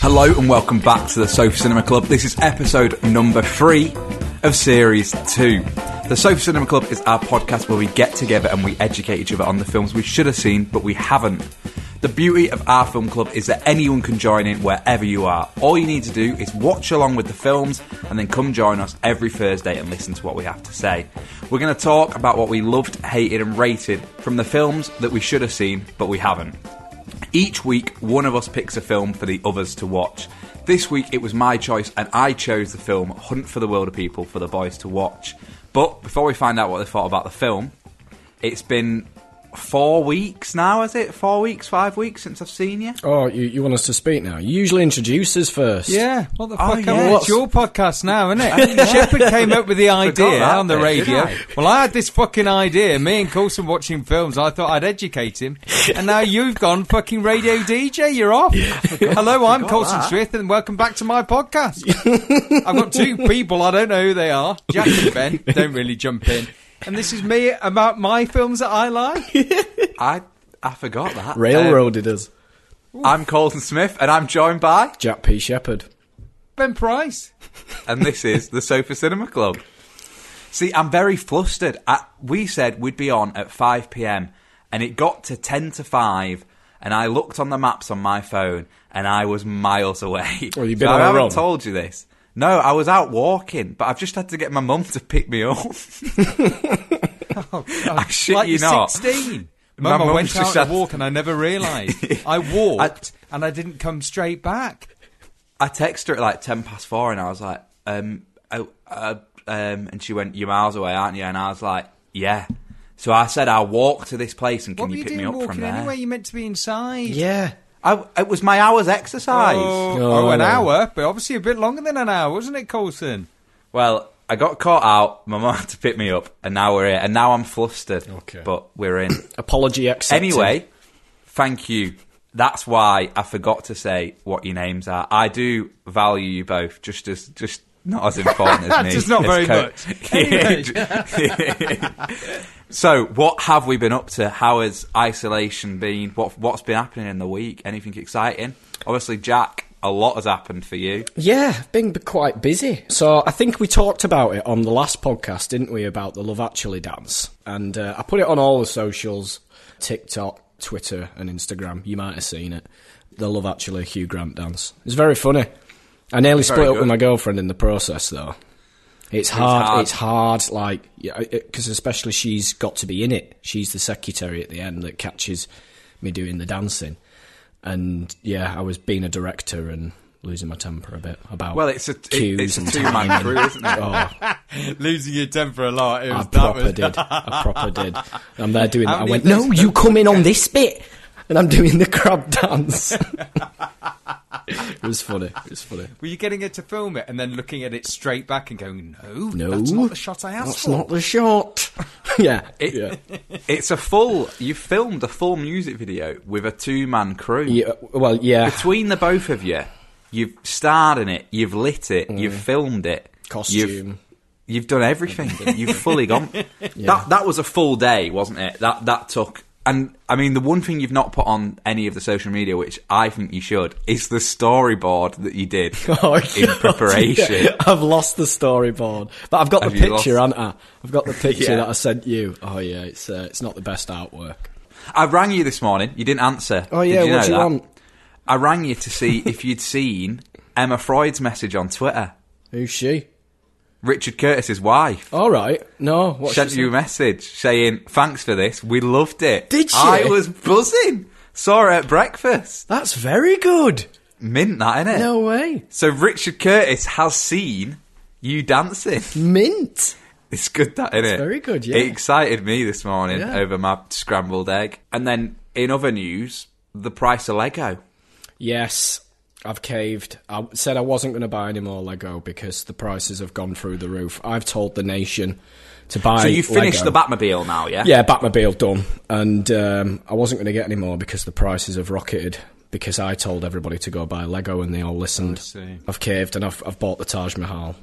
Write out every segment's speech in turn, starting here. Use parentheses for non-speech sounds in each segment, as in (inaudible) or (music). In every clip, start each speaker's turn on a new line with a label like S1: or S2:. S1: Hello and welcome back to the Sofa Cinema Club. This is episode number three of series two. The Sofa Cinema Club is our podcast where we get together and we educate each other on the films we should have seen but we haven't. The beauty of our film club is that anyone can join in wherever you are. All you need to do is watch along with the films and then come join us every Thursday and listen to what we have to say. We're going to talk about what we loved, hated, and rated from the films that we should have seen but we haven't. Each week, one of us picks a film for the others to watch. This week, it was my choice, and I chose the film Hunt for the Wilder People for the boys to watch. But before we find out what they thought about the film, it's been four weeks now, has it? Four weeks, five weeks since I've seen you?
S2: Oh, you, you want us to speak now? You usually introduce us first.
S3: Yeah, what the
S1: Oh,
S3: fuck?
S1: yeah.
S3: am I-
S1: What's-
S3: It's your podcast now, isn't it? Shepard came up with the idea
S1: that
S3: on the
S1: bit,
S3: radio.
S1: didn't I?
S3: Well, I had this fucking idea. Me and Coulson watching films. I thought I'd educate him, and now you've gone fucking radio DJ. You're off. (laughs) Hello, I'm Coulson Smith, and welcome back to my podcast. I've got two people. I don't know who they are. Jack and Ben don't really jump in. And this is me about my films that I like.
S1: I I forgot that.
S2: Railroaded us.
S1: Um, I'm Colton Smith, and I'm joined by,
S2: Jack P. Shepherd.
S3: Ben Price.
S1: and this is the Sofa Cinema Club. See, I'm very flustered. I, we said we'd be on at 5 pm, and it got to 10 to 5, and I looked on the maps on my phone, and I was miles away.
S2: Well, you've been
S1: So
S2: on
S1: I
S2: a
S1: haven't
S2: run.
S1: told you this. No, I was out walking, but I've just had to get my mum to pick me
S2: (laughs)
S1: up. (laughs) I shit
S3: like
S1: you
S3: you're
S1: not.
S3: 16.
S1: My
S3: Mum, I
S1: mum's
S3: went
S1: just
S3: out to
S1: had-
S3: walk and I never realised. I walked and I didn't come straight back.
S1: I texted her at like ten past four, and I was like, um, oh, uh, um, and she went, "You're miles away, aren't you?" And I was like, "Yeah." So I said, "I'll walk to this place, and can
S3: what were
S1: you
S3: you
S1: pick
S3: doing
S1: me up from
S3: walking
S1: there?"
S3: anyway? You meant to be inside.
S2: Yeah.
S1: I, it was my hour's exercise.
S3: Oh,
S2: Oh.
S3: oh, an hour, but obviously a bit longer than an hour, wasn't it, Coulson?
S1: Well, I got caught out. My mum (laughs) had to pick me up, and now we're here. And now I'm flustered.
S2: Okay.
S1: but we're in.
S2: Apology accepted.
S1: Anyway, thank you. That's why I forgot to say what your names are. I do value you both, just as just not as important
S3: (laughs)
S1: as me.
S3: Just not
S1: as
S3: very
S1: co-
S3: much. Anyway.
S1: (laughs) so, what have we been up to? How has isolation been? What what's been happening in the week? Anything exciting? Obviously, Jack, a lot has happened for you.
S2: Yeah, I've been b- quite busy. So I think we talked about it on the last podcast, didn't we, about the Love Actually dance? And uh, I put it on all the socials TikTok, Twitter, and Instagram. You might have seen it. The Love Actually Hugh Grant dance. It's very funny. I nearly split up
S1: good.
S2: with my girlfriend in the process, though. It's hard.
S1: hard.
S2: It's hard. Like, because especially she's got to be in it. She's the secretary at the end that catches me doing the dancing. And yeah, I was being a director and losing my temper a bit about
S1: Well, it's a it-
S2: cues
S1: it's a
S2: and
S1: two
S2: timing.
S1: man crew, isn't it?
S2: Oh,
S3: Losing your temper a lot. It
S2: I
S3: was that
S2: proper
S3: was
S2: (laughs) did. I proper did. I'm there doing.
S3: How
S2: That. I
S3: many
S2: went,
S3: of
S2: no,
S3: those
S2: you come in on this bit, and I'm doing the crab dance. (laughs) it was funny. It was funny.
S3: Were you getting her to film it and then looking at it straight back and going, no,
S2: No,
S3: that's not the shot I asked
S2: That's
S3: for?
S2: not the shot. (laughs) yeah,
S1: It-
S2: yeah.
S1: It's a full. You filmed a full music video with a two man crew.
S2: Yeah, well,
S1: (laughs)
S2: yeah.
S1: Between the both of you, you've starred in it, you've lit it, you've filmed it, You've,
S2: Mm. Costume. (laughs)
S1: you've done everything. you've fully gone. That that was a full day, wasn't it? That that took And I mean, the one thing you've not put on any of the social media, which I think you should, is the storyboard that you did
S2: (laughs) Oh,
S1: in
S2: God,
S1: preparation.
S2: yeah. (laughs) I've lost the storyboard, but I've got
S1: Have
S2: the
S1: you
S2: picture,
S1: lost-
S2: haven't I? I've got the picture
S1: Yeah.
S2: that I sent you. Oh yeah, it's uh, it's not the best artwork.
S1: I rang you this morning. You didn't answer.
S2: Oh,
S1: Did
S2: yeah,
S1: you
S2: what do
S1: know
S2: you
S1: that?
S2: want?
S1: I rang you to see if you'd seen Emma Freud's message on Twitter.
S2: Who's she?
S1: Richard Curtis's wife
S2: All right, no. What
S1: sent you a message saying, "Thanks for this. We loved it."
S2: Did she?
S1: I was buzzing. Saw her at breakfast.
S2: That's very good.
S1: Mint that, innit?
S2: No way,
S1: So Richard Curtis has seen you dancing.
S2: (laughs) mint.
S1: It's good that, isn't it?
S2: very good, yeah.
S1: It excited me this morning
S2: Yeah.
S1: over my scrambled egg. And then in other news, the price of Lego.
S2: Yes, I've caved. I said I wasn't going to buy any more Lego because the prices have gone through the roof. I've told the nation to buy.
S1: So you finished
S2: Lego.
S1: the Batmobile now, yeah?
S2: Yeah, Batmobile done, and um, I wasn't going to get any more because the prices have rocketed. Because I told everybody to go buy Lego, and they all listened.
S3: see.
S2: I've caved, and I've, I've bought the Taj Mahal.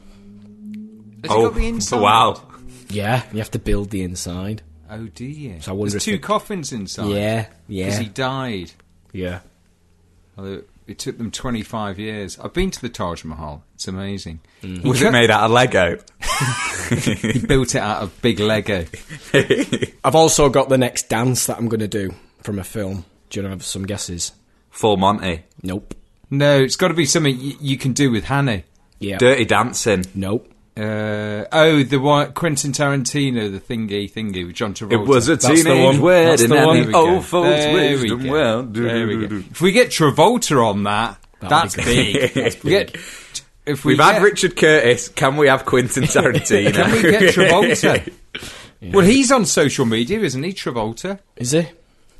S3: Has it
S1: Oh, (laughs)
S3: got the inside?
S1: wow.
S2: Yeah, you have to build the inside.
S3: Oh dear.
S2: So I wonder if
S3: There's two
S2: it-
S3: coffins inside.
S2: Yeah, yeah,
S3: Because he died.
S2: yeah.
S3: Although it took them 25 years. I've been to the Taj Mahal. It's amazing.
S1: Was it made out of
S2: (laughs)
S1: Lego?
S3: He built it out of big Lego.
S2: I've also got the next dance that I'm going to do from a film. Do you have some guesses?
S1: Full Monty.
S2: Nope.
S3: No, it's got to be something y- you can do with Hanny.
S2: Yeah.
S1: Dirty Dancing.
S2: Nope.
S3: Uh, oh, the one, Quentin Tarantino, the thingy thingy with John Travolta.
S1: It was a
S2: That's the
S1: teenage
S2: one.
S1: wedding
S2: That's the
S1: and
S2: one.
S3: There we
S1: the
S3: go.
S1: old folks
S3: There we
S1: wisdom
S3: go.
S1: well.
S3: There we go. If we get Travolta on that, that's
S2: That'd be
S1: (laughs)
S3: big.
S2: good.
S3: We get, if we
S1: We've had
S3: get-
S1: Richard Curtis. Can we have
S3: (laughs)
S1: Quentin Tarantino?
S3: Can
S1: (laughs)
S3: we get Travolta? Well, he's on social media, isn't he, Travolta?
S2: Is he?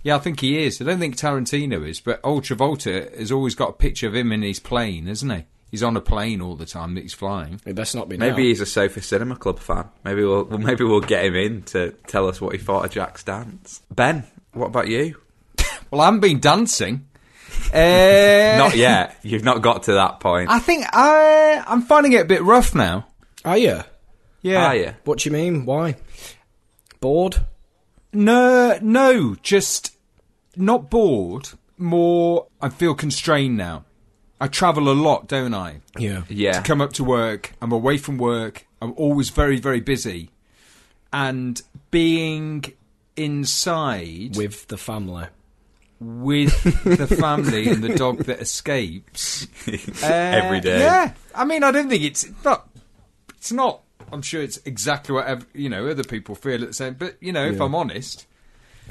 S3: Yeah, I think he is. I don't think Tarantino is, but old Travolta has always got a picture of him in his plane, isn't he? He's on a plane all the time that he's flying.
S2: It best not be. now.
S1: Maybe he's a Sofa Cinema Club fan. Maybe we'll (laughs) well, maybe we'll get him in to tell us what he thought of Jack's dance. Ben, what about you?
S3: Well, I haven't
S1: (laughs)
S3: been dancing. Uh,
S1: Not yet. You've not got to that point.
S3: I think I, I'm finding it a bit rough now.
S2: Are you?
S3: Yeah.
S1: Are you?
S2: Oh, What do you mean? Why? Bored?
S3: No, no, just not bored. More, I feel constrained now. I travel a lot, don't I?
S2: Yeah.
S1: Yeah.
S3: to come up to work. I'm away from work. I'm always very, very busy. And being inside with,
S2: With the family.
S1: (laughs)
S3: the family and the dog that escapes
S1: (laughs)
S3: uh,
S1: Every day.
S3: Yeah. I mean, I don't think it's it's not. It's not. I'm sure it's exactly what ev you know other people feel at the same. But you know, if I'm honest,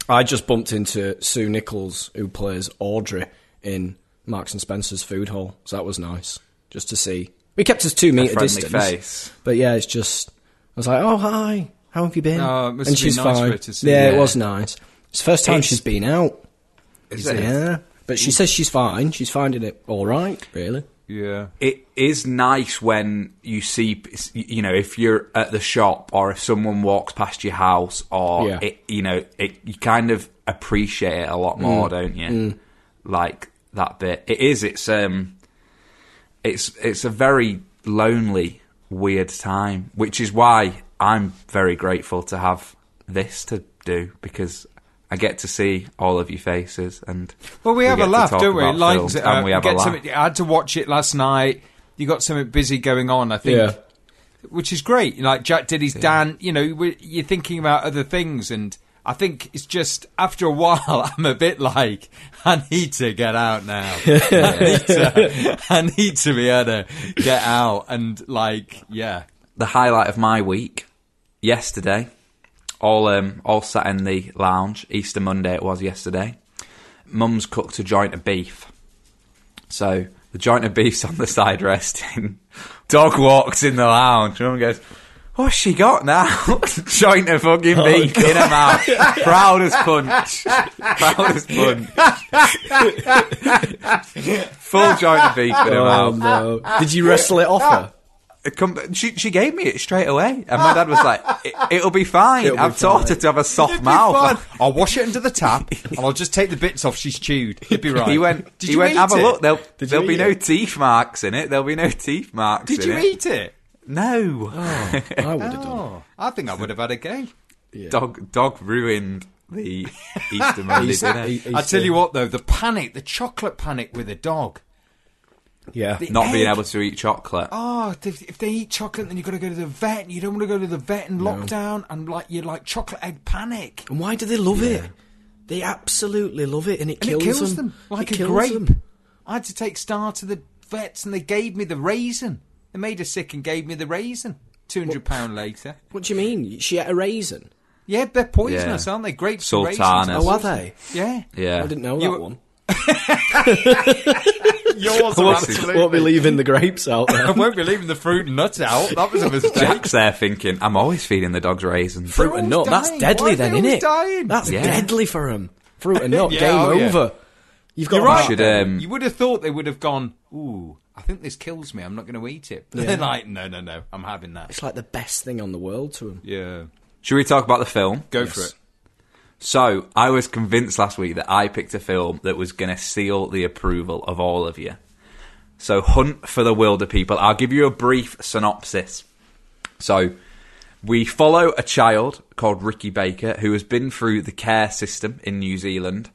S2: I just bumped into Sue Nichols, who plays Audrey in Marks and Spencer's Food Hall. So that was nice, just to see. We kept us two meter
S1: friendly
S2: distance,
S1: face.
S2: but yeah, it's just. I was like, "Oh hi, how have you been?"
S3: Oh, it must
S2: and
S3: have
S2: she's
S3: been nice for
S2: fine.
S3: her to see
S2: yeah,
S3: you.
S2: it was nice. It's the first time
S1: It's-
S2: she's been out.
S1: Is it?
S2: Yeah, but she says she's fine. She's finding it all right, really.
S3: yeah.
S1: it is nice when you see you know if you're at the shop or if someone walks past your house or
S2: Yeah.
S1: it, you know it, you kind of appreciate it a lot more
S3: Mm.
S1: don't you like that bit it is it's um it's it's a very lonely weird time which is why i'm very grateful to have this to do because I get to see all of your faces, and
S3: Well, we have
S1: get
S3: a
S1: to
S3: laugh,
S1: talk
S3: don't we?
S1: about
S3: Lines
S1: films
S3: it
S1: and
S3: up.
S1: we
S3: You
S1: have a
S3: get
S1: laugh.
S3: something- I had to watch it last night. You got something busy going on, I think,
S2: Yeah.
S3: which is great. Like Jack did his Dan. You know, we- you're thinking about other things, and I think it's just after a (laughs) while, I'm a bit like, I need to get
S1: (laughs)
S3: out now. I, need to, I need to be able to get out and like, yeah.
S1: the highlight of my week yesterday. All um, all sat in the lounge. Easter Monday it was yesterday. Mum's cooked a joint of beef. So the joint of beef's on the side resting. (laughs) Dog walks in the lounge. Mum goes, What's she got now? (laughs) joint of fucking beef in her mouth. Proud as punch. Proud as punch. Full joint of beef
S3: Oh,
S1: in her mouth.
S2: no! Um, Did you wrestle it off her?
S1: It Come, she she gave me it straight away, and my dad was like, it, will be fine.
S2: It'll be
S1: I've taught her
S2: fine."
S1: to have a soft
S3: Fine,
S1: mouth."
S3: I'll wash it under the tap, and I'll just take the bits off she's chewed. You'd be
S1: (laughs)
S3: right.
S1: He went.
S3: Did
S1: he
S3: you
S1: went.
S3: eat
S1: Have
S3: it?
S1: a look. There'll,
S2: Did
S1: there'll
S2: you
S1: be
S2: eat
S1: no
S2: it?
S1: teeth marks in it. There'll be no teeth marks.
S3: Did
S1: in
S3: you
S1: it.
S3: eat it?
S1: No. (laughs)
S2: I would have done.
S3: Oh, I think I would have had a go.
S1: Dog. Dog ruined the
S2: (laughs)
S1: Easter Monday
S2: Easter-
S1: dinner.
S2: e-
S3: I
S2: Easter-
S3: tell you what, though, the panic, the chocolate panic with a dog.
S2: Yeah.
S3: The
S1: Not being
S3: egg.
S1: able to eat chocolate.
S3: Oh, if, if they eat chocolate, then you've got to go to the vet, and you don't want to go to the vet in lockdown, and like you're like chocolate egg panic.
S2: And why do they love it? They absolutely love it, and it
S3: And
S2: kills,
S3: it kills them, like
S2: It
S3: a
S2: kills
S3: grape.
S2: them.
S3: I had to take Star to the vets, and they gave me the raisin. They made her sick and gave me the raisin. Two hundred pound later.
S2: What do you mean? She ate a raisin.
S3: Yeah, they're poisonous,
S1: Yeah.
S3: aren't they? Grapes, and
S1: Sultanas.
S3: raisins.
S2: Oh, are they?
S3: Yeah.
S1: Yeah.
S2: I didn't know
S3: You-
S2: that one.
S3: Yours
S1: are
S2: I won't be leaving the grapes out (laughs) there.
S3: I won't be leaving the fruit and nuts out.
S1: (laughs)
S3: That was a mistake.
S1: Jack's there thinking, I'm always feeding the dogs raisins.
S2: Fruit and nut.
S3: always
S2: That's
S3: dying. Why
S2: deadly,
S3: are
S2: then,
S3: they
S2: isn't
S3: always
S2: it?
S3: dying?
S2: That's
S1: Yeah.
S2: deadly for them. Fruit (laughs) and nut.
S3: Yeah,
S2: game
S3: oh, yeah.
S2: over. You've got
S3: You're
S2: to
S3: right.
S1: should, um,
S3: you would have thought they would have gone, ooh, I think this kills me. I'm not going to eat it. But they're like, no, no, no. I'm having that.
S2: It's like the best thing on the world to them.
S3: Yeah.
S1: Should we talk about the film?
S3: Go for it.
S1: So, I was convinced last week that I picked a film that was going to seal the approval of all of you. So, Hunt for the Wilder People. I'll give you a brief synopsis. So, we follow a child called Ricky Baker who has been through the care system in New Zealand.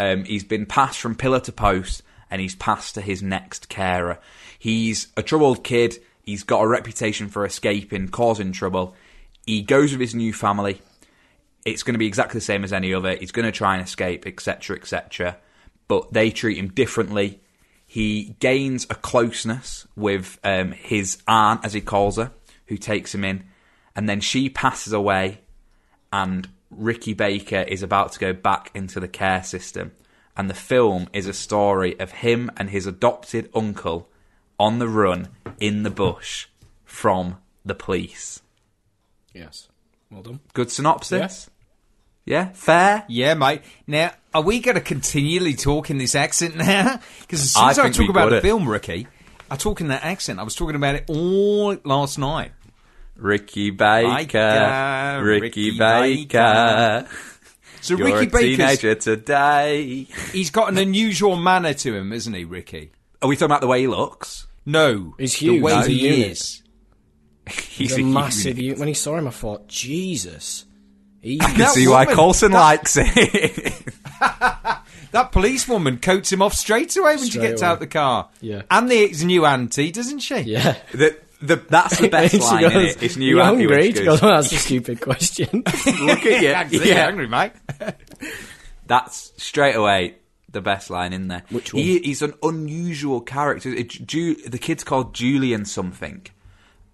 S1: Um, he's been passed from pillar to post and he's passed to his next carer. He's a troubled kid. He's got a reputation for escaping, causing trouble. He goes with his new family it's going to be exactly the same as any other. He's going to try and escape, etc., etc. But they treat him differently. He gains a closeness with um, his aunt, as he calls her, who takes him in, and then she passes away, and Ricky Baker is about to go back into the care system. And the film is a story of him and his adopted uncle on the run in the bush from the police.
S2: Yes. Well done.
S1: Good synopsis. Yeah, fair.
S3: Yeah, mate. Now, are we going to continually talk in this accent now? (laughs) Because as soon
S1: I
S3: as I,
S1: think
S3: talk
S1: we
S3: about
S1: got
S3: the
S1: it.
S3: film, Ricky, I talk in that accent. I was talking about it all last night.
S1: Ricky Baker,
S3: Baker,
S1: Ricky,
S3: Ricky
S1: Baker.
S3: So
S1: You're
S3: Ricky
S1: a
S3: Baker's,
S1: teenager today.
S3: he's got an unusual manner to him, isn't he, Ricky?
S1: Are we talking about the way he looks?
S3: No.
S2: He's
S3: The
S2: huge.
S3: way
S2: He's a
S3: he
S2: unit.
S3: is.
S1: He's
S2: He's a
S1: human.
S2: massive unit. When he saw him, I thought, Jesus. He
S1: I can
S3: That
S1: see why
S3: woman-
S1: Colson
S3: that-
S1: likes it. (laughs)
S3: That policewoman coats him off straight away when she
S2: Straight
S3: gets
S2: away.
S3: out the car.
S2: Yeah.
S3: And the, his new auntie, doesn't she?
S2: (laughs) Yeah.
S1: the, the, that's the best
S2: She
S1: line
S2: goes,
S1: in it. It's new
S2: "You
S1: happy
S2: hungry?
S1: when she
S2: She
S1: goes,
S2: goes, "Well, that's (laughs) a stupid question.
S1: Look at you.
S3: Yeah.
S1: yeah.
S3: Angry, mate.
S1: That's straight away the best line in there.
S2: Which one?
S1: He, he's an unusual character. It, Ju, the kid's called Julian something.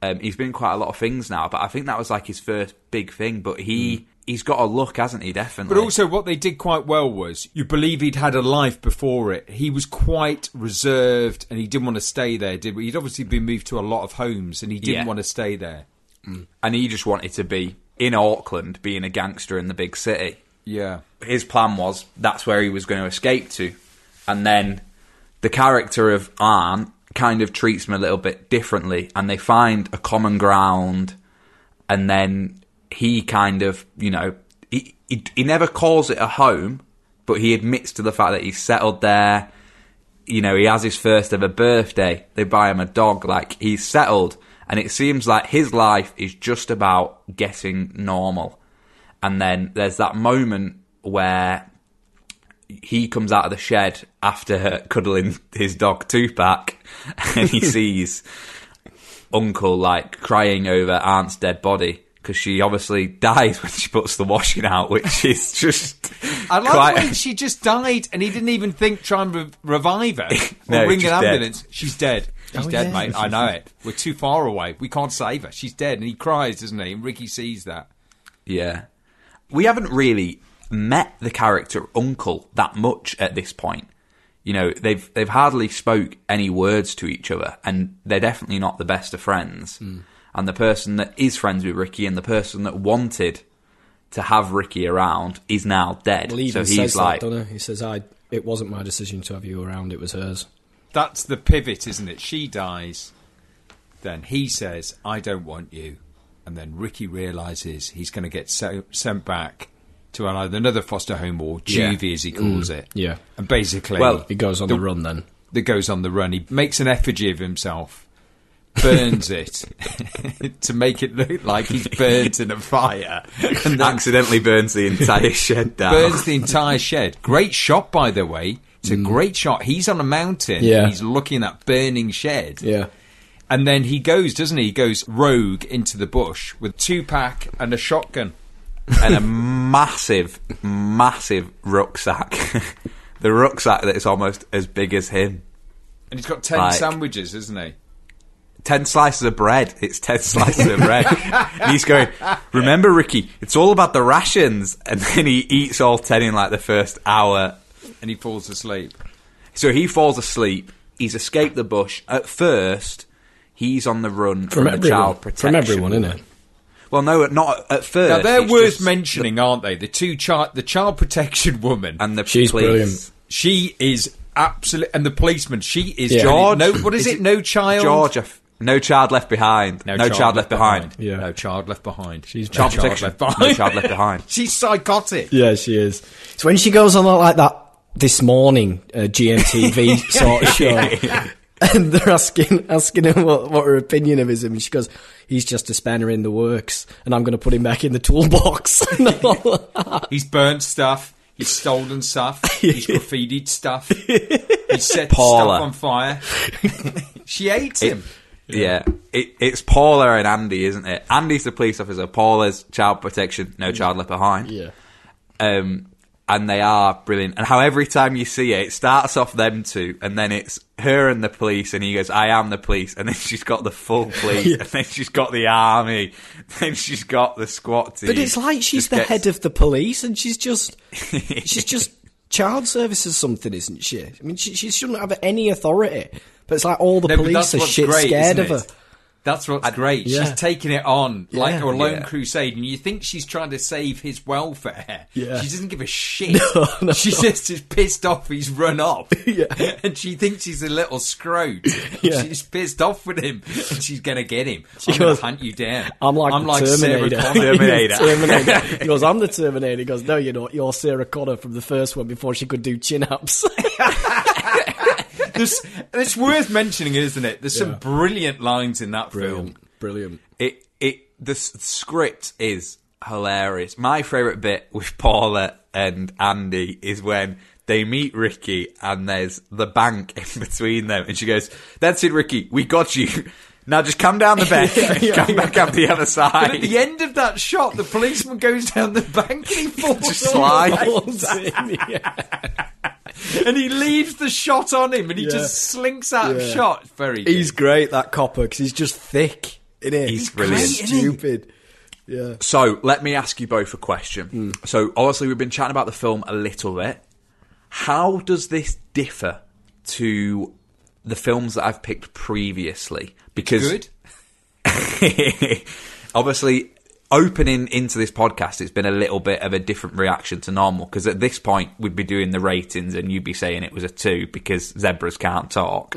S1: Um, he's been in quite a lot of things now, but I think that was like his first big thing. But he he's got a look, hasn't he? Definitely.
S3: (laughs) But also, what they did quite well was you believe he'd had a life before it. He was quite reserved and he didn't want to stay there, did he? He'd obviously been moved to a lot of homes and he didn't
S1: Yeah.
S3: want to stay there.
S1: and he just wanted to be in Auckland, being a gangster in the big city.
S3: Yeah.
S1: his plan was that's where he was going to escape to. And then the character of Arn kind of treats him a little bit differently, and they find a common ground. And then he kind of, you know, he, he, he never calls it a home, but he admits to the fact that he's settled there. You know, he has his first ever birthday. They buy him a dog. Like, he's settled. And it seems like his life is just about getting normal. And then there's that moment where he comes out of the shed after (laughs) cuddling his dog Tupac (laughs) and
S3: (laughs)
S1: he sees Uncle like crying over Aunt's dead body because she obviously (laughs) dies when she puts the washing out, which is just
S3: I like
S1: quite.
S3: the way she just died and he didn't even think try and re- revive her
S1: No,
S3: or ring an
S1: just dead.
S3: ambulance. She's dead. She's
S2: Oh,
S3: dead,
S2: yeah.
S3: mate. I know it. We're too far away. We can't save her. She's dead. And he cries, doesn't he? And Ricky sees that.
S1: Yeah. We haven't really met the character uncle that much at this point. You know, they've they've hardly spoke any words to each other and they're definitely not the best of friends.
S2: Hmm.
S1: And the person that is friends with Ricky and the person that wanted to have Ricky around is now dead.
S2: Well, he
S1: so
S2: even
S1: he's
S2: says
S1: like
S2: that, doesn't he? He says, "I. It wasn't my decision to have you around. It was hers."
S3: That's the pivot, isn't it? She dies. Then he says, I don't want you. And then Ricky realizes he's going to get so- sent back to an- either another foster home or
S1: Yeah.
S3: juvie, as he calls it.
S2: yeah.
S3: And basically,
S1: Well,
S3: well,
S2: He goes on the, run then.
S3: that goes on the run. He makes an effigy of himself. burns it (laughs) to make it look like he's burnt in a fire. And then
S1: Accidentally burns the
S2: (laughs)
S1: entire shed down.
S3: burns the entire shed. Great shot, by the way. It's a great shot. He's on a mountain.
S2: Yeah.
S3: He's looking at burning shed.
S2: Yeah.
S3: And then he goes, doesn't he? He goes rogue into the bush with two pack and a shotgun.
S1: (laughs) and a massive, massive rucksack. (laughs) the rucksack that is almost as big as him.
S3: And he's got ten
S1: Like-
S3: sandwiches, isn't he?
S1: Ten slices of bread. It's ten (laughs) slices of bread. and he's going, Remember, Ricky, it's all about the rations. And then he eats all ten in like the first hour.
S3: And he falls asleep.
S1: So he falls asleep. He's escaped the bush. At first, he's on the run from,
S2: From,
S1: the
S2: everyone.
S1: child protection.
S2: From everyone, innit?
S1: Well, no, not at first.
S3: Now they're
S1: It's
S3: worth
S1: just-
S3: mentioning, aren't they? The two child, the child protection (laughs) woman,
S1: And the
S2: She's
S1: police.
S2: brilliant.
S3: she is absolute, and the policeman, she is
S2: Yeah.
S3: Johnny-
S1: George.
S3: No, what is,
S1: Is
S3: it?
S1: it
S3: No child.
S1: George, I f- no child left behind. No, child, left behind.
S2: Yeah.
S3: No child left behind. She's no
S1: Child protection.
S3: Left behind.
S1: No child left behind.
S3: (laughs) She's psychotic.
S2: Yeah, she is. It's when she goes on like that this morning, uh, (laughs) GMTV sort of show. And they're asking asking her what, what her opinion of him, and she goes, "He's just a spanner in the works, and I'm going to put him back in the toolbox." (laughs) And all that.
S3: He's burnt stuff.
S2: (laughs)
S3: He's stolen stuff. He's graffitied stuff. He's set
S1: Paula.
S3: stuff
S2: (laughs)
S3: on fire. she ate him.
S1: Yeah. It, it's Paula and Andy, isn't it? Andy's the police officer. Paula's child protection. No child left behind.
S2: yeah,
S1: Um, and they are brilliant. And how every time you see it, it starts off them two, and then it's her and the police, and he goes, "I am the police," and then she's got the full
S2: (laughs)
S1: police, and then she's got the army, (laughs) then she's got the squad team.
S2: but it's like she's
S1: Just
S2: the
S1: gets-
S2: head of the police, and she's just she's just child services something, isn't she? I mean, she, she shouldn't have any authority, but it's like all the
S3: No, but
S2: police
S3: that's
S2: are
S3: what's
S2: shit
S3: great,
S2: scared of
S3: isn't
S2: her.
S3: it? That's what's great.
S2: yeah.
S3: She's taking it on like
S2: Yeah.
S3: a lone
S1: Yeah.
S3: crusade, and you think she's trying to save his welfare.
S2: Yeah.
S3: She
S2: (laughs)
S3: doesn't give a shit. she just is pissed off he's
S2: (laughs)
S3: run off. and she thinks he's a little scrote.
S2: Yeah.
S3: She's pissed off with him, and she's going to get him. I'm going
S2: goes,
S3: to hunt you down.
S2: I'm like
S3: I'm
S2: the
S3: like Sarah
S2: Terminator. (laughs)
S3: Connor. (laughs)
S1: Terminator.
S2: Terminator. He goes, I'm the Terminator. He goes, no, you're not. You're Sarah Connor from the first one before she could do chin (laughs) ups.
S3: There's- it's worth mentioning, isn't it? There's some brilliant lines in that film.
S2: Brilliant.
S1: it it the s- script is hilarious. My favorite bit with Paula and Andy is when they meet Ricky and there's the bank (laughs) in between them, and she goes, "That's it, Ricky, we got you." (laughs) Now just come down the bank, and come back up the other
S3: But at
S1: side.
S3: the end of that shot, the policeman goes down the bank
S2: (laughs)
S3: and he falls
S1: Just
S3: on the
S1: slides.
S3: bank. and he leaves the shot on him and he
S2: Yeah.
S3: just slinks out of
S2: Yeah.
S3: shot. Very good.
S2: He's great, that copper, because he's just thick. In it.
S1: He's brilliant.
S3: great, isn't he?
S2: Stupid. Yeah.
S1: So let me ask you both a question. So obviously we've been chatting about the film a little bit. How does this differ to the films that I've picked previously? Because
S3: good.
S1: (laughs) obviously opening into this podcast it's been a little bit of a different reaction to normal because at this point we'd be doing the ratings and you'd be saying it was a two because zebras can't talk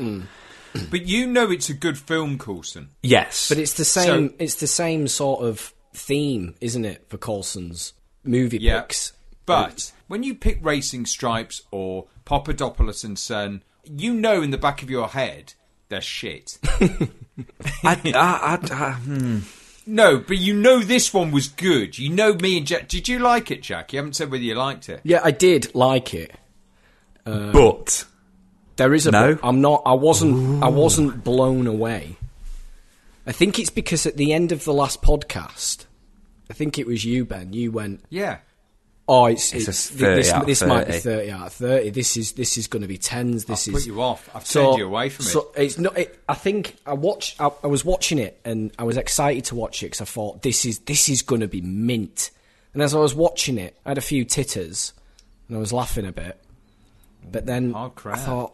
S3: But you know it's a good film, Coulson.
S1: yes
S2: But it's the same. it's the same sort of theme, isn't it, for Colson's movie
S3: Yeah.
S2: picks?
S3: But when you pick Racing Stripes or Papadopoulos and Son, you know in the back of your head they're shit. (laughs)
S1: I, I, I, I, hmm.
S3: no, but you know this one was good. You know me and Jack. Did you like it, Jack? You haven't said whether you liked it.
S2: Yeah, I did like it.
S1: but
S2: There is a
S1: No?
S2: I'm not. I wasn't. I wasn't blown away. I think it's because at the end of the last podcast, I think it was you, Ben. You went,
S3: Yeah.
S2: "Oh, it's,
S1: It's
S2: it's,
S1: a
S2: thi-
S1: 30
S2: this,
S1: out of
S2: this might be
S1: 30.
S2: thirty out of thirty. This is this is going to be tens. This
S3: I've
S2: is
S3: put you off. I've turned you away from it.
S2: so It's not. It, I think I watched. I, I was watching it and I was excited to watch it because I thought this is this is going to be mint. And as I was watching it, I had a few titters and I was laughing a bit. But then I
S3: Hard crowd.
S2: thought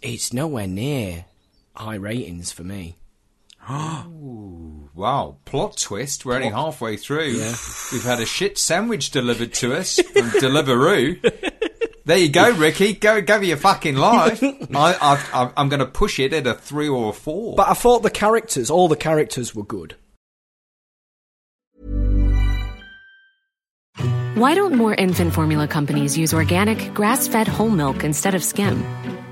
S2: it's nowhere near high ratings for me.
S3: Wow, plot twist. We're only halfway through. We've had a shit sandwich delivered to us from Deliveroo. There you go, Ricky. Go, go for your fucking life. I, I've, I've, I'm going to push it at a three or a four.
S2: But I thought the characters, all the characters were good.
S4: Why don't more infant formula companies use organic, grass fed whole milk instead of skim?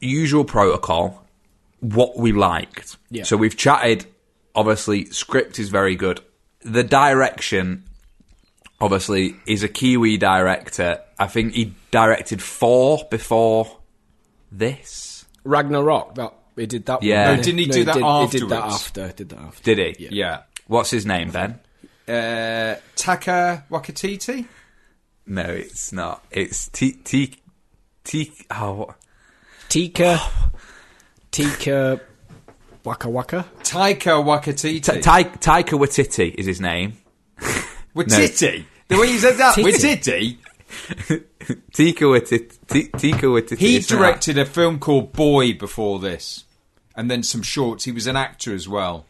S1: usual protocol, what we liked.
S2: Yeah.
S1: So we've chatted. Obviously, script is very good. The direction, obviously, is a Kiwi director. I think he directed four before this.
S2: Ragnarok. That he did that.
S1: Yeah.
S2: one,
S1: No,
S3: Oh, didn't he do
S2: he
S3: that
S2: did, He did that
S3: afterwards?
S2: after. Did that after.
S1: Did he?
S3: Yeah.
S1: What's his name, Ben?
S3: Uh, Taka Wakatiti?
S1: No, it's not. It's T T T. Oh, what?
S2: Tika, Tika, Waka Waka.
S3: Taika Wakatiti.
S1: Ta- Ta- Taika Waititi is his name.
S3: Watiti? The way you said that, Watiti?
S1: Tika Waititi. T- Tika Waititi.
S3: He
S1: isn't it?
S3: directed a film called Boy before this, and then some shorts. He was an actor as well.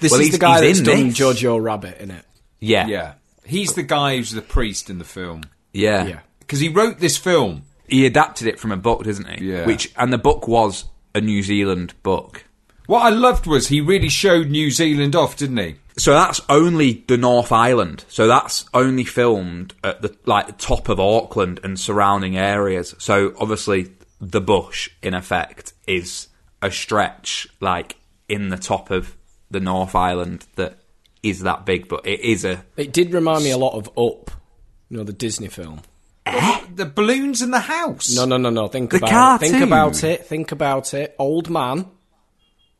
S2: This
S1: Well,
S2: is
S1: he's-
S2: the guy
S1: he's
S2: that's
S1: in
S2: done
S1: this.
S2: Jojo Rabbit in it.
S1: Yeah. Yeah.
S3: Yeah. He's the guy who's the priest in the film.
S1: Yeah.
S2: Yeah.
S3: Because he wrote this film.
S1: He adapted it from a book, doesn't he?
S3: Yeah.
S1: Which and the book was a New Zealand book.
S3: What I loved was he really showed New Zealand off, didn't he?
S1: So that's only the North Island. So that's only filmed at the like the top of Auckland and surrounding areas. So obviously the bush in effect is a stretch like in the top of the North Island that is that big, but it is a
S2: It did remind me a lot of Up, you know, the Disney film.
S3: The balloons in the house.
S2: No, no, no, no. Think
S1: The
S2: about
S1: cartoon.
S2: it. Think about it. Think about it. Old man,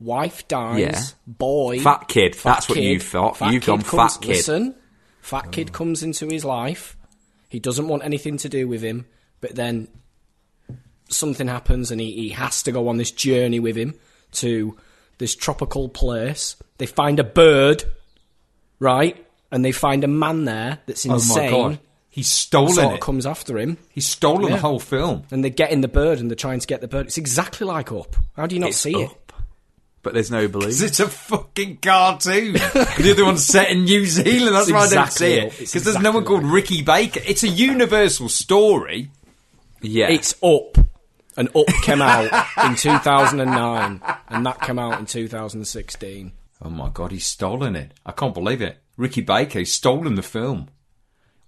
S2: wife dies.
S1: Yeah.
S2: Boy,
S1: Fat kid. That's what you thought.
S2: Fat
S1: You've
S2: kid
S1: gone
S2: comes,
S1: fat kid. Mm.
S2: Listen, fat kid comes into his life. He doesn't want anything to do with him, but then something happens, and he, he has to go on this journey with him to this tropical place. They find a bird, right? And they find a man there that's
S3: Oh
S2: insane.
S3: my god. He's stolen
S2: Sort of
S3: it.
S2: comes after him
S3: He's stolen the
S2: Yeah.
S3: whole film.
S2: and they're getting the bird and they're trying to get the bird. It's exactly like Up. How do you not see it?
S1: up. But there's no balloon.
S3: It's a fucking cartoon. the other one's set in New Zealand. That's
S2: It's
S3: why
S2: exactly
S3: I don't
S2: it.
S3: see it.
S2: It's
S3: Because there's no one
S2: exactly
S3: called
S2: like it.
S3: Ricky Baker. It's a universal story.
S1: yeah.
S2: It's Up. And Up came (laughs) out in 2009 and that came out in 2016.
S3: Oh my god, he's stolen it. I can't believe it. Ricky Baker, he's stolen the film.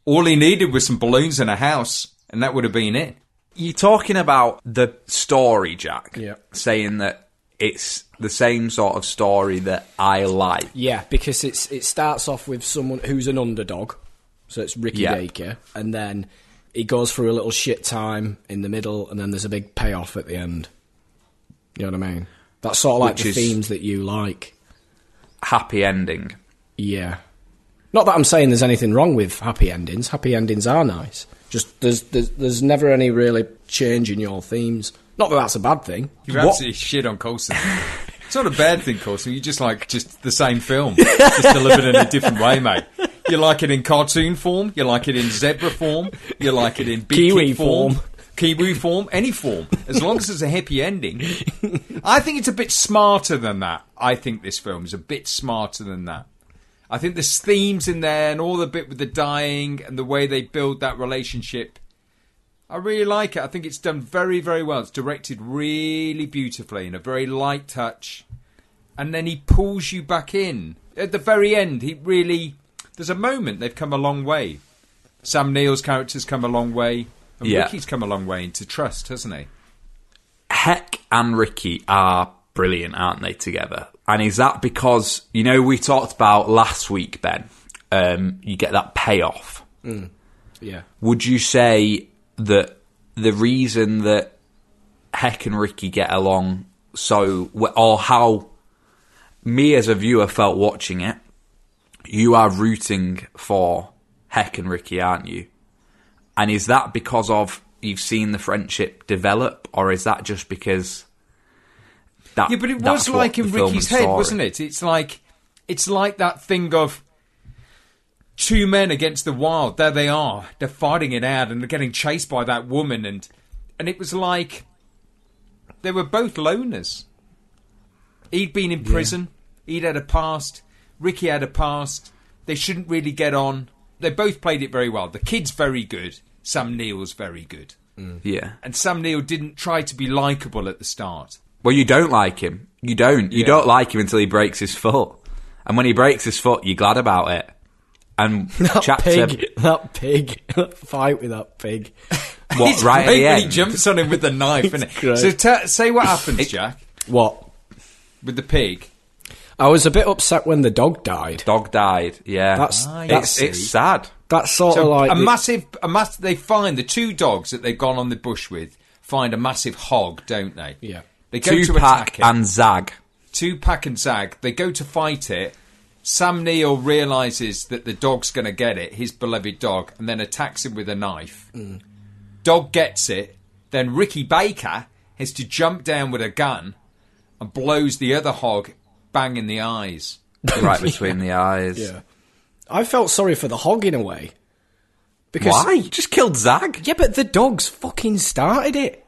S3: All he needed was some balloons and a house, and that would have been it.
S1: You're talking about the story, Jack.
S2: Yeah.
S1: Saying that it's the same sort of story that I like.
S2: Yeah, because it's it starts off with someone who's an underdog. So it's Ricky
S1: Yeah.
S2: Baker and then he goes through a little shit time in the middle and then there's a big payoff at the end. You know what I mean? That's sort of like
S1: Which
S2: the
S1: is-
S2: themes that you like.
S1: Happy ending.
S2: Yeah. Not that I'm saying there's anything wrong with happy endings. Happy endings are nice. Just there's there's, there's never any really change in your themes. Not that that's a bad thing.
S3: You're
S2: (laughs)
S3: absolutely shit on Coulson. it's not a bad thing, Coulson. You just like just the same film, just delivered in a different way, mate. You like it in cartoon form. You like it in zebra form. You like it in big
S2: Kiwi
S3: kid form,
S2: form.
S3: Kiwi form, any form, as long as it's a happy ending. I think it's a bit smarter than that. I think this film is a bit smarter than that. I think there's themes in there and all the bit with the dying and the way they build that relationship. I really like it. I think it's done very, very well. It's directed really beautifully in a very light touch. And then he pulls you back in. at the very end, he really. There's a moment they've come a long way. Sam Neill's character's come a long way, and
S1: Yeah.
S3: Ricky's come a long way into trust, hasn't he?
S1: Heck and Ricky are brilliant, aren't they, together? And is that because, you know, we talked about last week, Ben, um, you get that payoff.
S2: Yeah.
S1: Would you say that the reason that Heck and Ricky get along so, we- or how me as a viewer felt watching it, you are rooting for Heck and Ricky, aren't you? And is that because of you've seen the friendship develop, or is that just because that?
S3: Yeah, but it
S1: that's
S3: was
S1: what
S3: like
S1: the
S3: in
S1: film
S3: Ricky's
S1: and
S3: head,
S1: story-
S3: wasn't it? It's like it's like that thing of two men against the wild. There they are. They're fighting it out and they're getting chased by that woman and and it was like they were both loners. He'd been in prison. He'd had a past. Ricky had a past. They shouldn't really get on. They both played it very well. The kid's very good. Sam Neill's very good.
S1: Yeah.
S3: And Sam Neill didn't try to be likable at the start.
S1: Well, you don't like him. You don't. You
S3: Yeah.
S1: don't like him until he breaks his foot, and when he breaks his foot, you're glad about it. And
S2: (laughs) That
S1: chapter
S2: pig. That pig. (laughs) that fight with that pig.
S1: (laughs) what
S3: It's
S1: right at
S3: great
S1: the
S3: when
S1: end.
S3: he jumps on him with the
S1: (laughs)
S3: knife. and
S2: great.
S3: so t- say what happens, Jack,
S2: What?
S3: with the pig.
S2: I was a bit upset when the dog died.
S1: Dog died. Yeah,
S2: That's-
S3: Ah,
S1: it's,
S2: that's-
S1: it's sad.
S2: That's sort
S3: So
S2: of like
S3: a
S2: the-
S3: massive, a mass. They find the two dogs that they've gone on the bush with find a massive hog, don't they?
S2: Yeah.
S3: They go to attack
S1: Tupac
S3: it.
S1: and
S2: (laughs)
S1: Zag.
S3: Tupac and Zag. They go to fight it. Sam Neill realizes that the dog's going to get it, his beloved dog, and then attacks him with a knife.
S1: Mm.
S3: Dog gets it. Then Ricky Baker has to jump down with a gun and blows the other hog bang in the eyes.
S1: right between the eyes.
S2: Yeah. I felt sorry for the hog in a way. Because
S1: Why? You just killed Zag?
S2: Yeah, but the dogs fucking started it.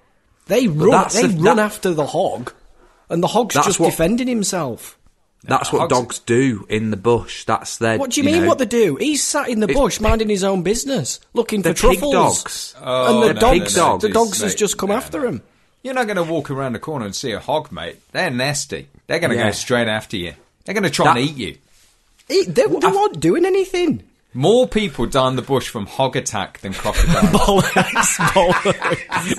S2: They run
S1: that's
S2: they
S1: the-
S2: run
S1: that-
S2: after the hog and the hog's
S1: That's
S2: just
S1: what-
S2: defending himself.
S1: That's what
S3: Hogs-
S1: dogs do in the bush. That's their.
S2: What do you, mean
S1: know,
S2: what they do? He's sat in the
S1: It's
S2: bush minding his own business, looking
S1: They're
S2: for
S1: pig
S2: truffles.
S1: dogs.
S2: and
S3: Oh,
S2: the
S3: no,
S1: no,
S2: dogs
S1: no, no,
S2: the
S1: no,
S2: dogs has
S3: mate,
S2: just come
S3: no,
S2: after him.
S3: You're not going to walk around the corner and see a hog, mate. They're nasty. They're going to
S1: Yeah.
S3: go straight after you. They're going to try
S1: That-
S3: and eat you.
S2: He, they, they weren't doing anything.
S3: More people die in the bush from hog attack than crocodile.
S1: (laughs)
S2: Bollocks,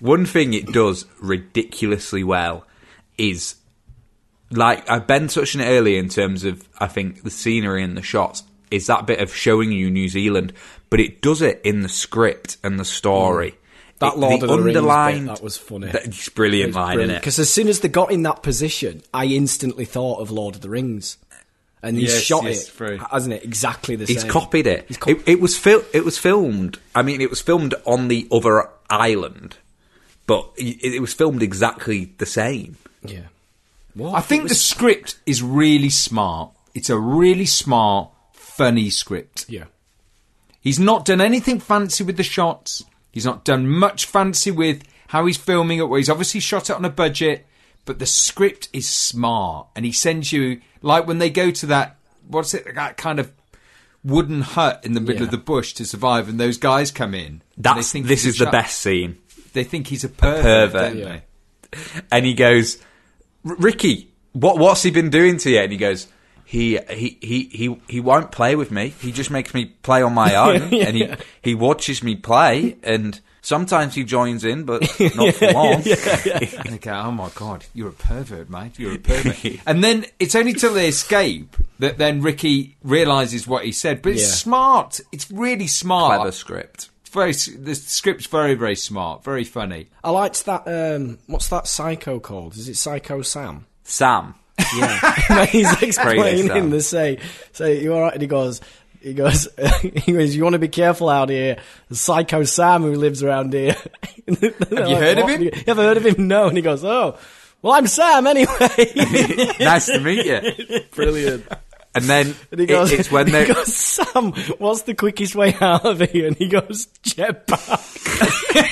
S1: One thing it does ridiculously well is, like uh, I've been touching it earlier in terms of I think the scenery and the shots is that bit of showing you New Zealand, but it does it in the script and the story.
S2: Mm. That
S1: It-
S2: Lord of the Rings bit,
S1: underlined-
S2: that was funny.
S1: It's brilliant line, is it?
S2: Because as soon as they got in that position, I instantly thought of Lord of the Rings. And he's
S3: Yes,
S2: shot
S3: yes,
S2: it,
S3: very.
S2: hasn't it? Exactly the
S1: He's
S2: same.
S1: copied it.
S2: He's copied
S1: it, it was fil- It was filmed. I mean, it was filmed on the other island, but it, it was filmed exactly the same.
S2: Yeah. What?
S3: I think the script is really smart. It's a really smart, funny script.
S2: Yeah.
S3: He's not done anything fancy with the shots. He's not done much fancy with how he's filming it. Well, he's obviously shot it on a budget, but the script is smart, and he sends you like when they go to that what's it that kind of wooden hut in the middle
S2: Yeah.
S3: of the bush to survive, and those guys come in. and they
S1: That's
S3: think
S1: this
S3: he's
S1: is the
S3: a chap-
S1: best scene.
S3: They think he's a pervert,
S1: pervert.
S3: don't
S1: Yeah.
S3: they?
S1: And he goes, "R- Ricky, what what's he been doing to you? And he goes, he he he he he won't play with me. He just makes me play on my own, and he he watches me play, and sometimes he joins in, but not for long.
S3: And they go, oh my God, you're a pervert, mate. (laughs) You're a pervert. and then it's only till they escape that then Ricky realizes what he said. But it's
S2: Yeah.
S3: smart. It's really smart.
S1: Clever script.
S3: It's very, s- the script's very, very smart. Very (laughs) funny.
S2: I liked that. Um, what's that psycho called? Is it Psycho Sam?
S1: Sam,
S2: (laughs) Yeah, he's explaining
S1: Sam.
S2: the say. Say you all right? And he goes. He goes. (laughs) he goes. You want to be careful out here. Psycho Sam who lives around here. (laughs) Have you
S3: heard of him?
S2: You ever heard of him? No. And he goes. Oh, well, I'm Sam anyway. (laughs)
S1: nice to meet you.
S2: Brilliant.
S1: And then
S2: And he goes,
S1: it, it's when
S2: (laughs) he
S3: (laughs)
S1: they
S2: goes, Sam, what's the quickest way out of here? And he goes, jetpack.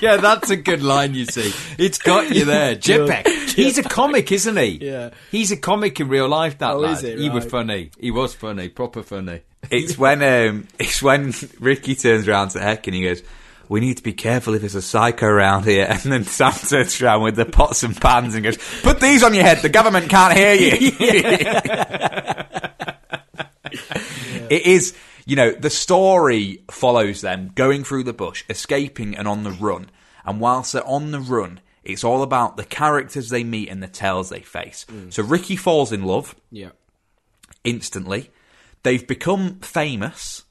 S3: yeah, that's a good line, you see. It's got you (laughs) there. Jetpack. He's a comic, isn't he?
S2: Yeah.
S3: He's a comic in real life, that
S2: Oh,
S3: lad.
S2: is it?
S3: He was
S2: Right.
S3: funny. He was funny. Proper funny.
S1: (laughs) it's when um, it's when Ricky turns around to Heck and he goes, we need to be careful if there's a psycho around here. (laughs) And then Sam turns around with the pots and pans and goes, put these on your head. The government can't hear you. (laughs) It is, you know, the story follows them going through the bush, escaping and on the run. And whilst they're on the run, it's all about the characters they meet and the tales they face. So Ricky falls in love
S2: Yeah.
S1: instantly. They've become famous.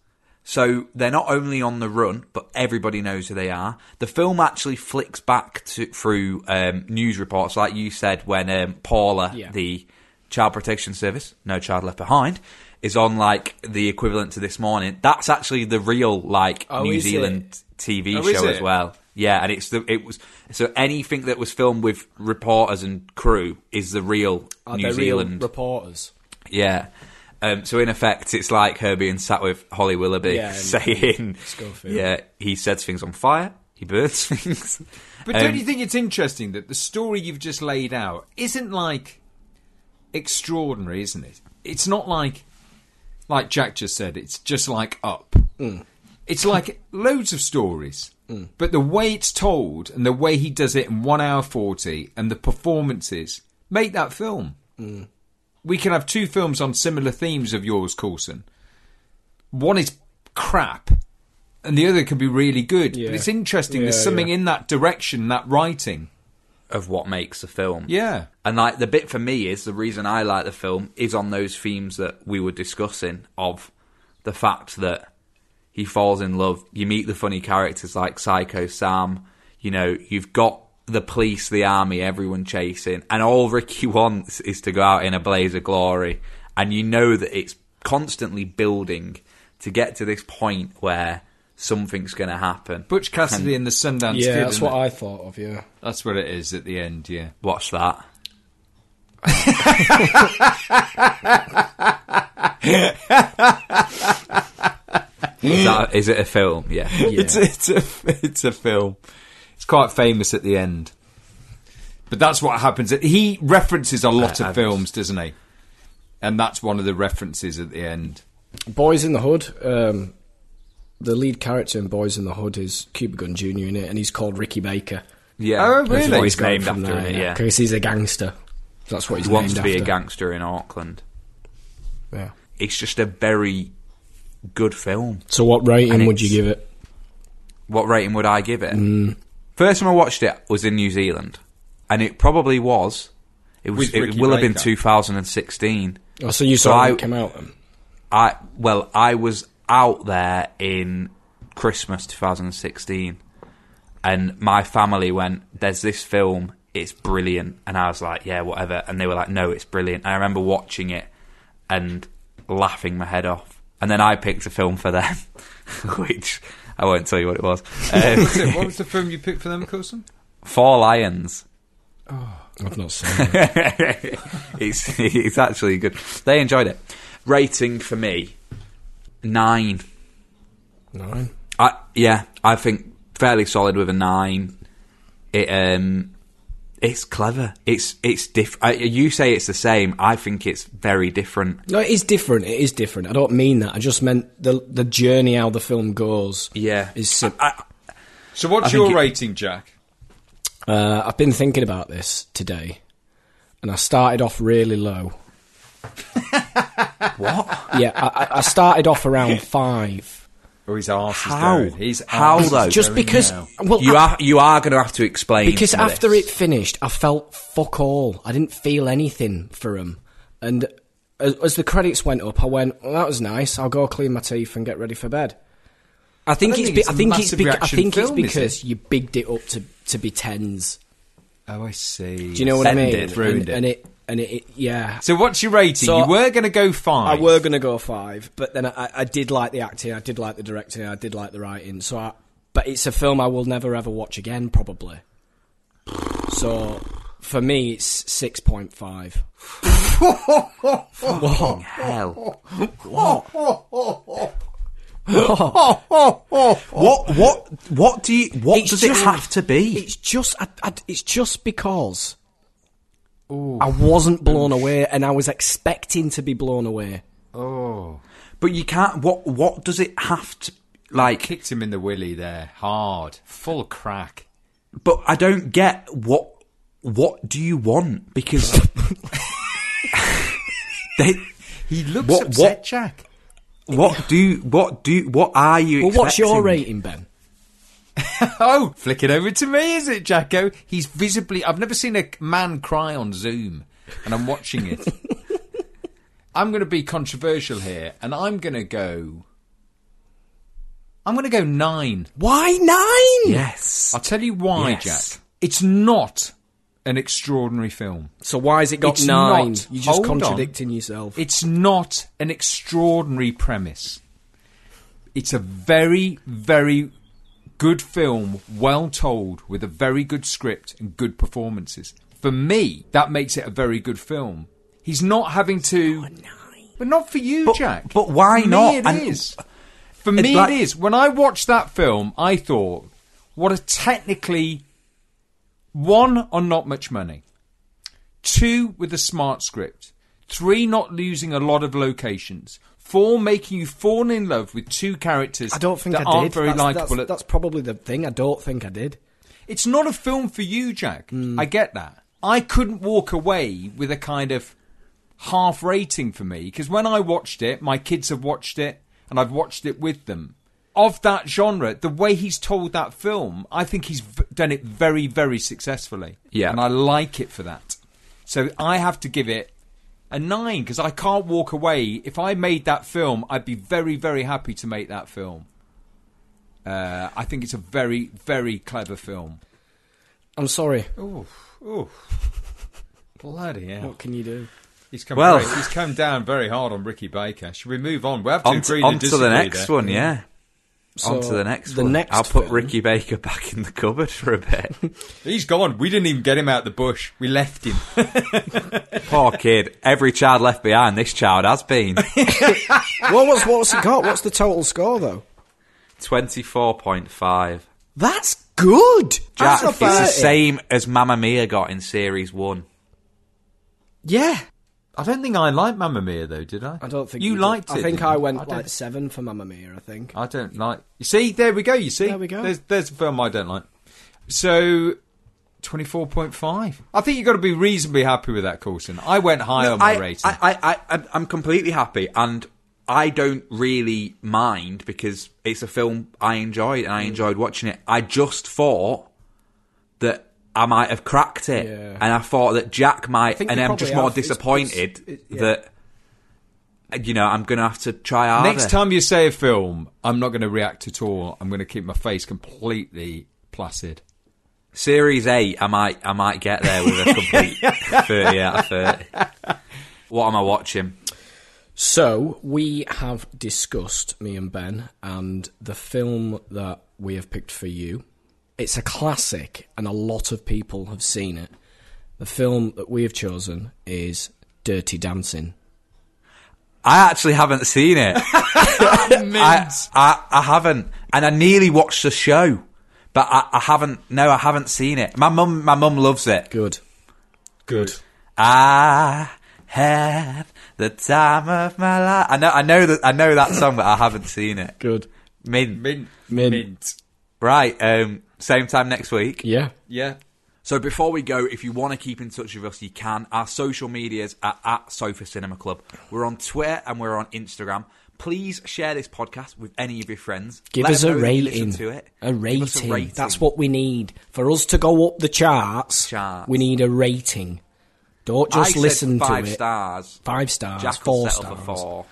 S1: So they're not only on the run, but everybody knows who they are. The film actually flicks back to, through um, news reports, like you said, when um, Paula,
S2: Yeah.
S1: the Child Protection Service, No Child Left Behind, is on like the equivalent to this morning. That's actually the real like
S2: Oh,
S1: New
S2: is it?
S1: Zealand TV
S3: Oh, is
S1: show as
S3: it?
S1: well. Yeah, and it's the it was so anything that was filmed with reporters and crew is the real
S2: Are
S1: New
S2: they
S1: Zealand
S2: real reporters?
S1: yeah. Um, so in effect, it's like her being sat with Holly Willoughby (laughs)
S2: Yeah, and-
S1: saying,
S2: Schofield.
S1: "Yeah, he sets things on fire, he burns (laughs) things."
S3: But
S1: Um,
S3: don't you think it's interesting that the story you've just laid out isn't like extraordinary, isn't it? It's not like, like Jack just said, it's just like up. It's like (laughs) loads of stories, but the way it's told and the way he does it in one hour 40 and the performances make that film. We can have two films on similar themes of yours, Coulson. One is crap and the other can be really good.
S2: Yeah.
S3: But it's interesting.
S2: Yeah,
S3: There's something
S2: yeah.
S3: in that direction, that writing.
S1: of what makes a film?
S3: Yeah.
S1: And like the bit for me is the reason I like the film is on those themes that we were discussing of the fact that he falls in love. You meet the funny characters like Psycho Sam. You know, you've got the police, the army, everyone chasing, and all Ricky (laughs) wants is to go out in a blaze of glory. And you know that it's constantly building to get to this point where something's going to happen.
S3: Butch Cassidy and the Sundance
S2: yeah,
S3: Kid.
S2: that's
S3: isn't
S2: what
S3: it?
S2: I thought of. Yeah.
S3: That's what it is at the end. Yeah.
S1: Watch that. is, that, is it a film? Yeah.
S3: (laughs) It's it's a it's a film. It's quite famous at the end. But that's what happens. He references a lot
S1: I-
S3: of
S1: I've-
S3: films, doesn't he? And that's one of the references at the end.
S2: Boys in the Hood. Um, the lead character in Boys in the Hood is Cuba Gun Jr. in it, and he's called Ricky Baker.
S1: Yeah.
S3: Oh,
S1: That's
S3: really?
S1: what
S3: He's
S1: he's
S2: Got
S1: named
S2: from
S1: after
S2: there,
S1: it, yeah.
S2: Because he's a gangster. That's what he's
S1: He wants to
S2: named
S1: be a
S2: after.
S1: gangster in Auckland.
S2: Yeah.
S1: It's just a very good film.
S2: So, what rating
S1: And
S2: would you
S1: it's-
S2: give it?
S1: What rating would I give it?
S2: Mm.
S1: First time I watched it was in New Zealand, and it probably was. It was.
S3: With
S1: It
S3: Ricky
S1: will have been
S3: Baker.
S1: 2016.
S2: Oh, so you
S1: So
S2: saw it
S1: I-
S2: when it came out then?
S1: I well, I was out there in Christmas 2016, and my family went. There's this film. It's brilliant, and I was like, yeah, whatever. And they were like, no, it's brilliant. I remember watching it and laughing my head off. And then I picked a film for them, (laughs) which I won't tell you what it was. Um,
S3: So what was the film you picked for them, Coulson?
S1: Four Lions. (laughs)
S2: I've not seen it. (laughs)
S1: it's it's actually good. They enjoyed it. Rating for me nine.
S2: Nine.
S1: I yeah, I think fairly solid with a nine. It um, it's clever. It's it's diff. I, you say it's the same. I think it's very different.
S2: No, it is different. It is different. I don't mean that. I just meant the the journey how the film goes.
S1: Yeah.
S2: is sim-
S3: So what's
S1: I think
S3: your
S1: it-
S3: rating, Jack?
S2: Uh, I've been thinking about this today, and I started off really
S3: (laughs)
S2: low.
S1: What?
S2: Yeah, I, I- I started off
S3: (laughs)
S2: around five,
S3: Or Oh, his arse is
S1: How?
S3: down. His
S1: How,
S3: arse is
S1: though?
S2: just
S3: down
S2: because.
S3: now.
S2: Well,
S1: you
S2: I-
S1: are you are going to have to explain
S2: because
S1: some of
S2: after
S1: this.
S2: it finished, I felt fuck all. I didn't feel anything for him, and as, as the credits went up, I went, "Well, that was nice. I'll go clean my teeth and get ready for bed." I think,
S3: don't
S2: it's,
S3: think
S2: be-
S3: it's a
S2: I think it's
S3: massive
S2: bec- I
S3: reaction
S2: think it's
S3: film, is it?
S2: because you bigged it up to to be tens.
S3: Oh, I see.
S2: Do you know what I mean?
S1: Offended.
S3: Ruined
S2: and,
S3: it.
S2: and it and it, it yeah.
S3: So what's your rating?
S2: So-
S3: you were going to go five.
S2: I were gonna go five, but then I, I did like the acting, I did like the directing, I did like the writing. So, I, but it's a film I will never ever watch again, probably. So, for me, it's six
S1: (laughs)
S2: point five.
S1: hell.
S2: (laughs)
S1: what what what do you what
S2: It's
S1: does it
S2: just-
S1: have to be?
S2: It's just, I, I- it's just because I wasn't blown away, and I was expecting to be blown away.
S1: But you can't. What what does it have to? Like,
S3: Kicked him in the willy there, hard, full crack.
S1: but I don't get what what do you want
S2: (laughs)
S1: because (laughs) they
S3: He looks
S1: What-
S3: upset,
S1: what-
S3: Jack.
S1: what do what do what are you?
S2: Well, what's your
S1: expecting?
S2: rating, Ben?
S3: Oh, flick it over to me, is it, Jacko? He's visibly. I've never seen a man cry on Zoom, and I'm watching it. I'm going to be controversial here, and I'm going to go. I'm going to go nine.
S2: Why nine? Uh,
S1: Yes.
S3: I'll tell you why,
S1: Yes.
S3: Jack. It's not an extraordinary film.
S2: So why has it got
S3: It's
S2: nine?
S3: not.
S2: You're just
S3: Hold on.
S2: contradicting yourself.
S3: It's not an extraordinary premise. It's a very, very good film, well told, with a very good script and good performances. For me, that makes it a very good film. He's not having to. But not for you,
S1: But-
S3: Jack.
S1: but why
S3: For
S1: not?
S3: Me it
S1: And-
S3: is. For
S1: It's
S3: me,
S1: like-
S3: it is. When I watched that film, I thought, what a technically one on not much money, two with a smart script, three not losing a lot of locations, four making you fall in love with two characters
S2: I don't think
S3: that
S2: I did.
S3: aren't very
S2: that's, that's-
S3: likable. at-
S2: that's probably the thing. I don't think I did.
S3: It's not a film for you, Jack. I get that. I couldn't walk away with a kind of half rating for me because when I watched it, my kids have watched it and I've watched it with them. Of that genre, the way he's told that film, I think he's v- done it very, very successfully.
S1: Yeah.
S3: And I like it for that. So I have to give it a nine because I can't walk away. If I made that film, I'd be very, very happy to make that film. Uh, I think it's a very, very clever film.
S2: I'm sorry.
S3: Oh, bloody hell!
S2: What can you (laughs) do?
S3: He's come.
S1: Well-
S3: very- he's come down very hard on Ricky Baker. Should we move on? We have to
S1: on
S3: agree
S1: to, on
S3: to
S1: to the
S3: disagree
S1: next
S3: there. Mm.
S1: one, yeah. on to
S2: So,
S1: the next
S2: the
S1: one.
S2: next
S1: I'll put
S2: film-
S1: Ricky Baker back in the cupboard for a bit. (laughs)
S3: He's gone. We didn't even get him out the bush. We left him. (laughs)
S1: Poor kid. Every child left behind, this child has
S2: (laughs)
S1: been.
S2: what was what's it got? What's the total score though?
S1: 24.5.
S2: That's good.
S1: Jack,
S2: That's
S1: it's
S2: a
S1: the
S2: 30.
S1: same as Mamma Mia got in Series 1.
S2: Yeah.
S3: I don't think I liked Mamma Mia though, did I?
S2: I don't think
S3: you
S2: did.
S3: liked it.
S2: I think
S3: didn't
S2: I
S3: you?
S2: went
S3: I
S2: like
S3: don't,
S2: seven for Mamma Mia. I think.
S3: I don't like. You see, there we go. You see,
S2: There we go.
S3: There's, there's a film I don't like. So. 24.5. I think you've got to be reasonably happy with that, Coulson. I went high on my
S1: I,
S3: rating.
S1: I, I, I, I'm- I'm completely happy, and I don't really mind because it's a film I enjoyed and I
S2: Mm.
S1: enjoyed watching it. I just thought that I might have cracked it,
S2: Yeah.
S1: and I thought that Jack might,
S2: think
S1: and
S2: you
S1: I'm just
S2: probably
S1: more
S2: have. It's-
S1: disappointed
S2: it's- it- yeah.
S1: that. You know, I'm gonna have to try harder.
S3: Next time you say a film, I'm not going to react at all. I'm going to keep my face completely placid.
S1: Series eight, I might, I might get there with
S2: (laughs)
S1: a complete thirty out of thirty. What am I watching?
S2: So we have discussed me and Ben and the film that we have picked for you. It's a classic, and a lot of people have seen it. The film that we have chosen is Dirty Dancing.
S1: I actually haven't seen it. I, I, I haven't, and I nearly watched the show, but I, I haven't. No, I haven't seen it. My mum, my mum loves it.
S2: Good. Good.
S1: I have the time of my life. I know, I know that, I know that song, but I haven't seen it.
S2: Good.
S1: Min,
S3: Mint.
S2: Mint.
S1: right? Um, same time next week.
S2: Yeah.
S3: Yeah.
S1: So before we go, if you want to keep in touch with us, you can. Our social medias are at Sofa Cinema Club. We're on Twitter and we're on Instagram. Please share this podcast with any of your friends.
S2: Give
S1: Let
S2: us
S1: them
S2: a
S1: know that you listen
S2: rating.
S1: To it.
S2: A rating.
S1: Give us a rating.
S2: That's what we need. For us to go up the charts,
S1: Charts.
S2: we need a rating. Don't
S1: I
S2: just
S1: said
S2: listen
S1: five
S2: to it.
S1: stars.
S2: Five stars,
S1: Jack will
S2: four
S1: settle
S2: stars.
S1: for four.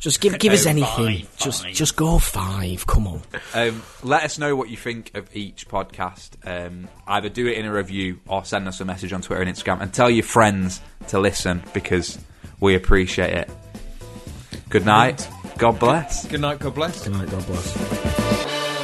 S2: Just give give us anything. Just just go five. Come on.
S1: Um, let us know what you think of each podcast. Um, either do it in a review or send us a message on Twitter and Instagram and tell your friends to listen because we appreciate it. Good night. God bless.
S3: Good night. God bless.
S2: Good night. God bless.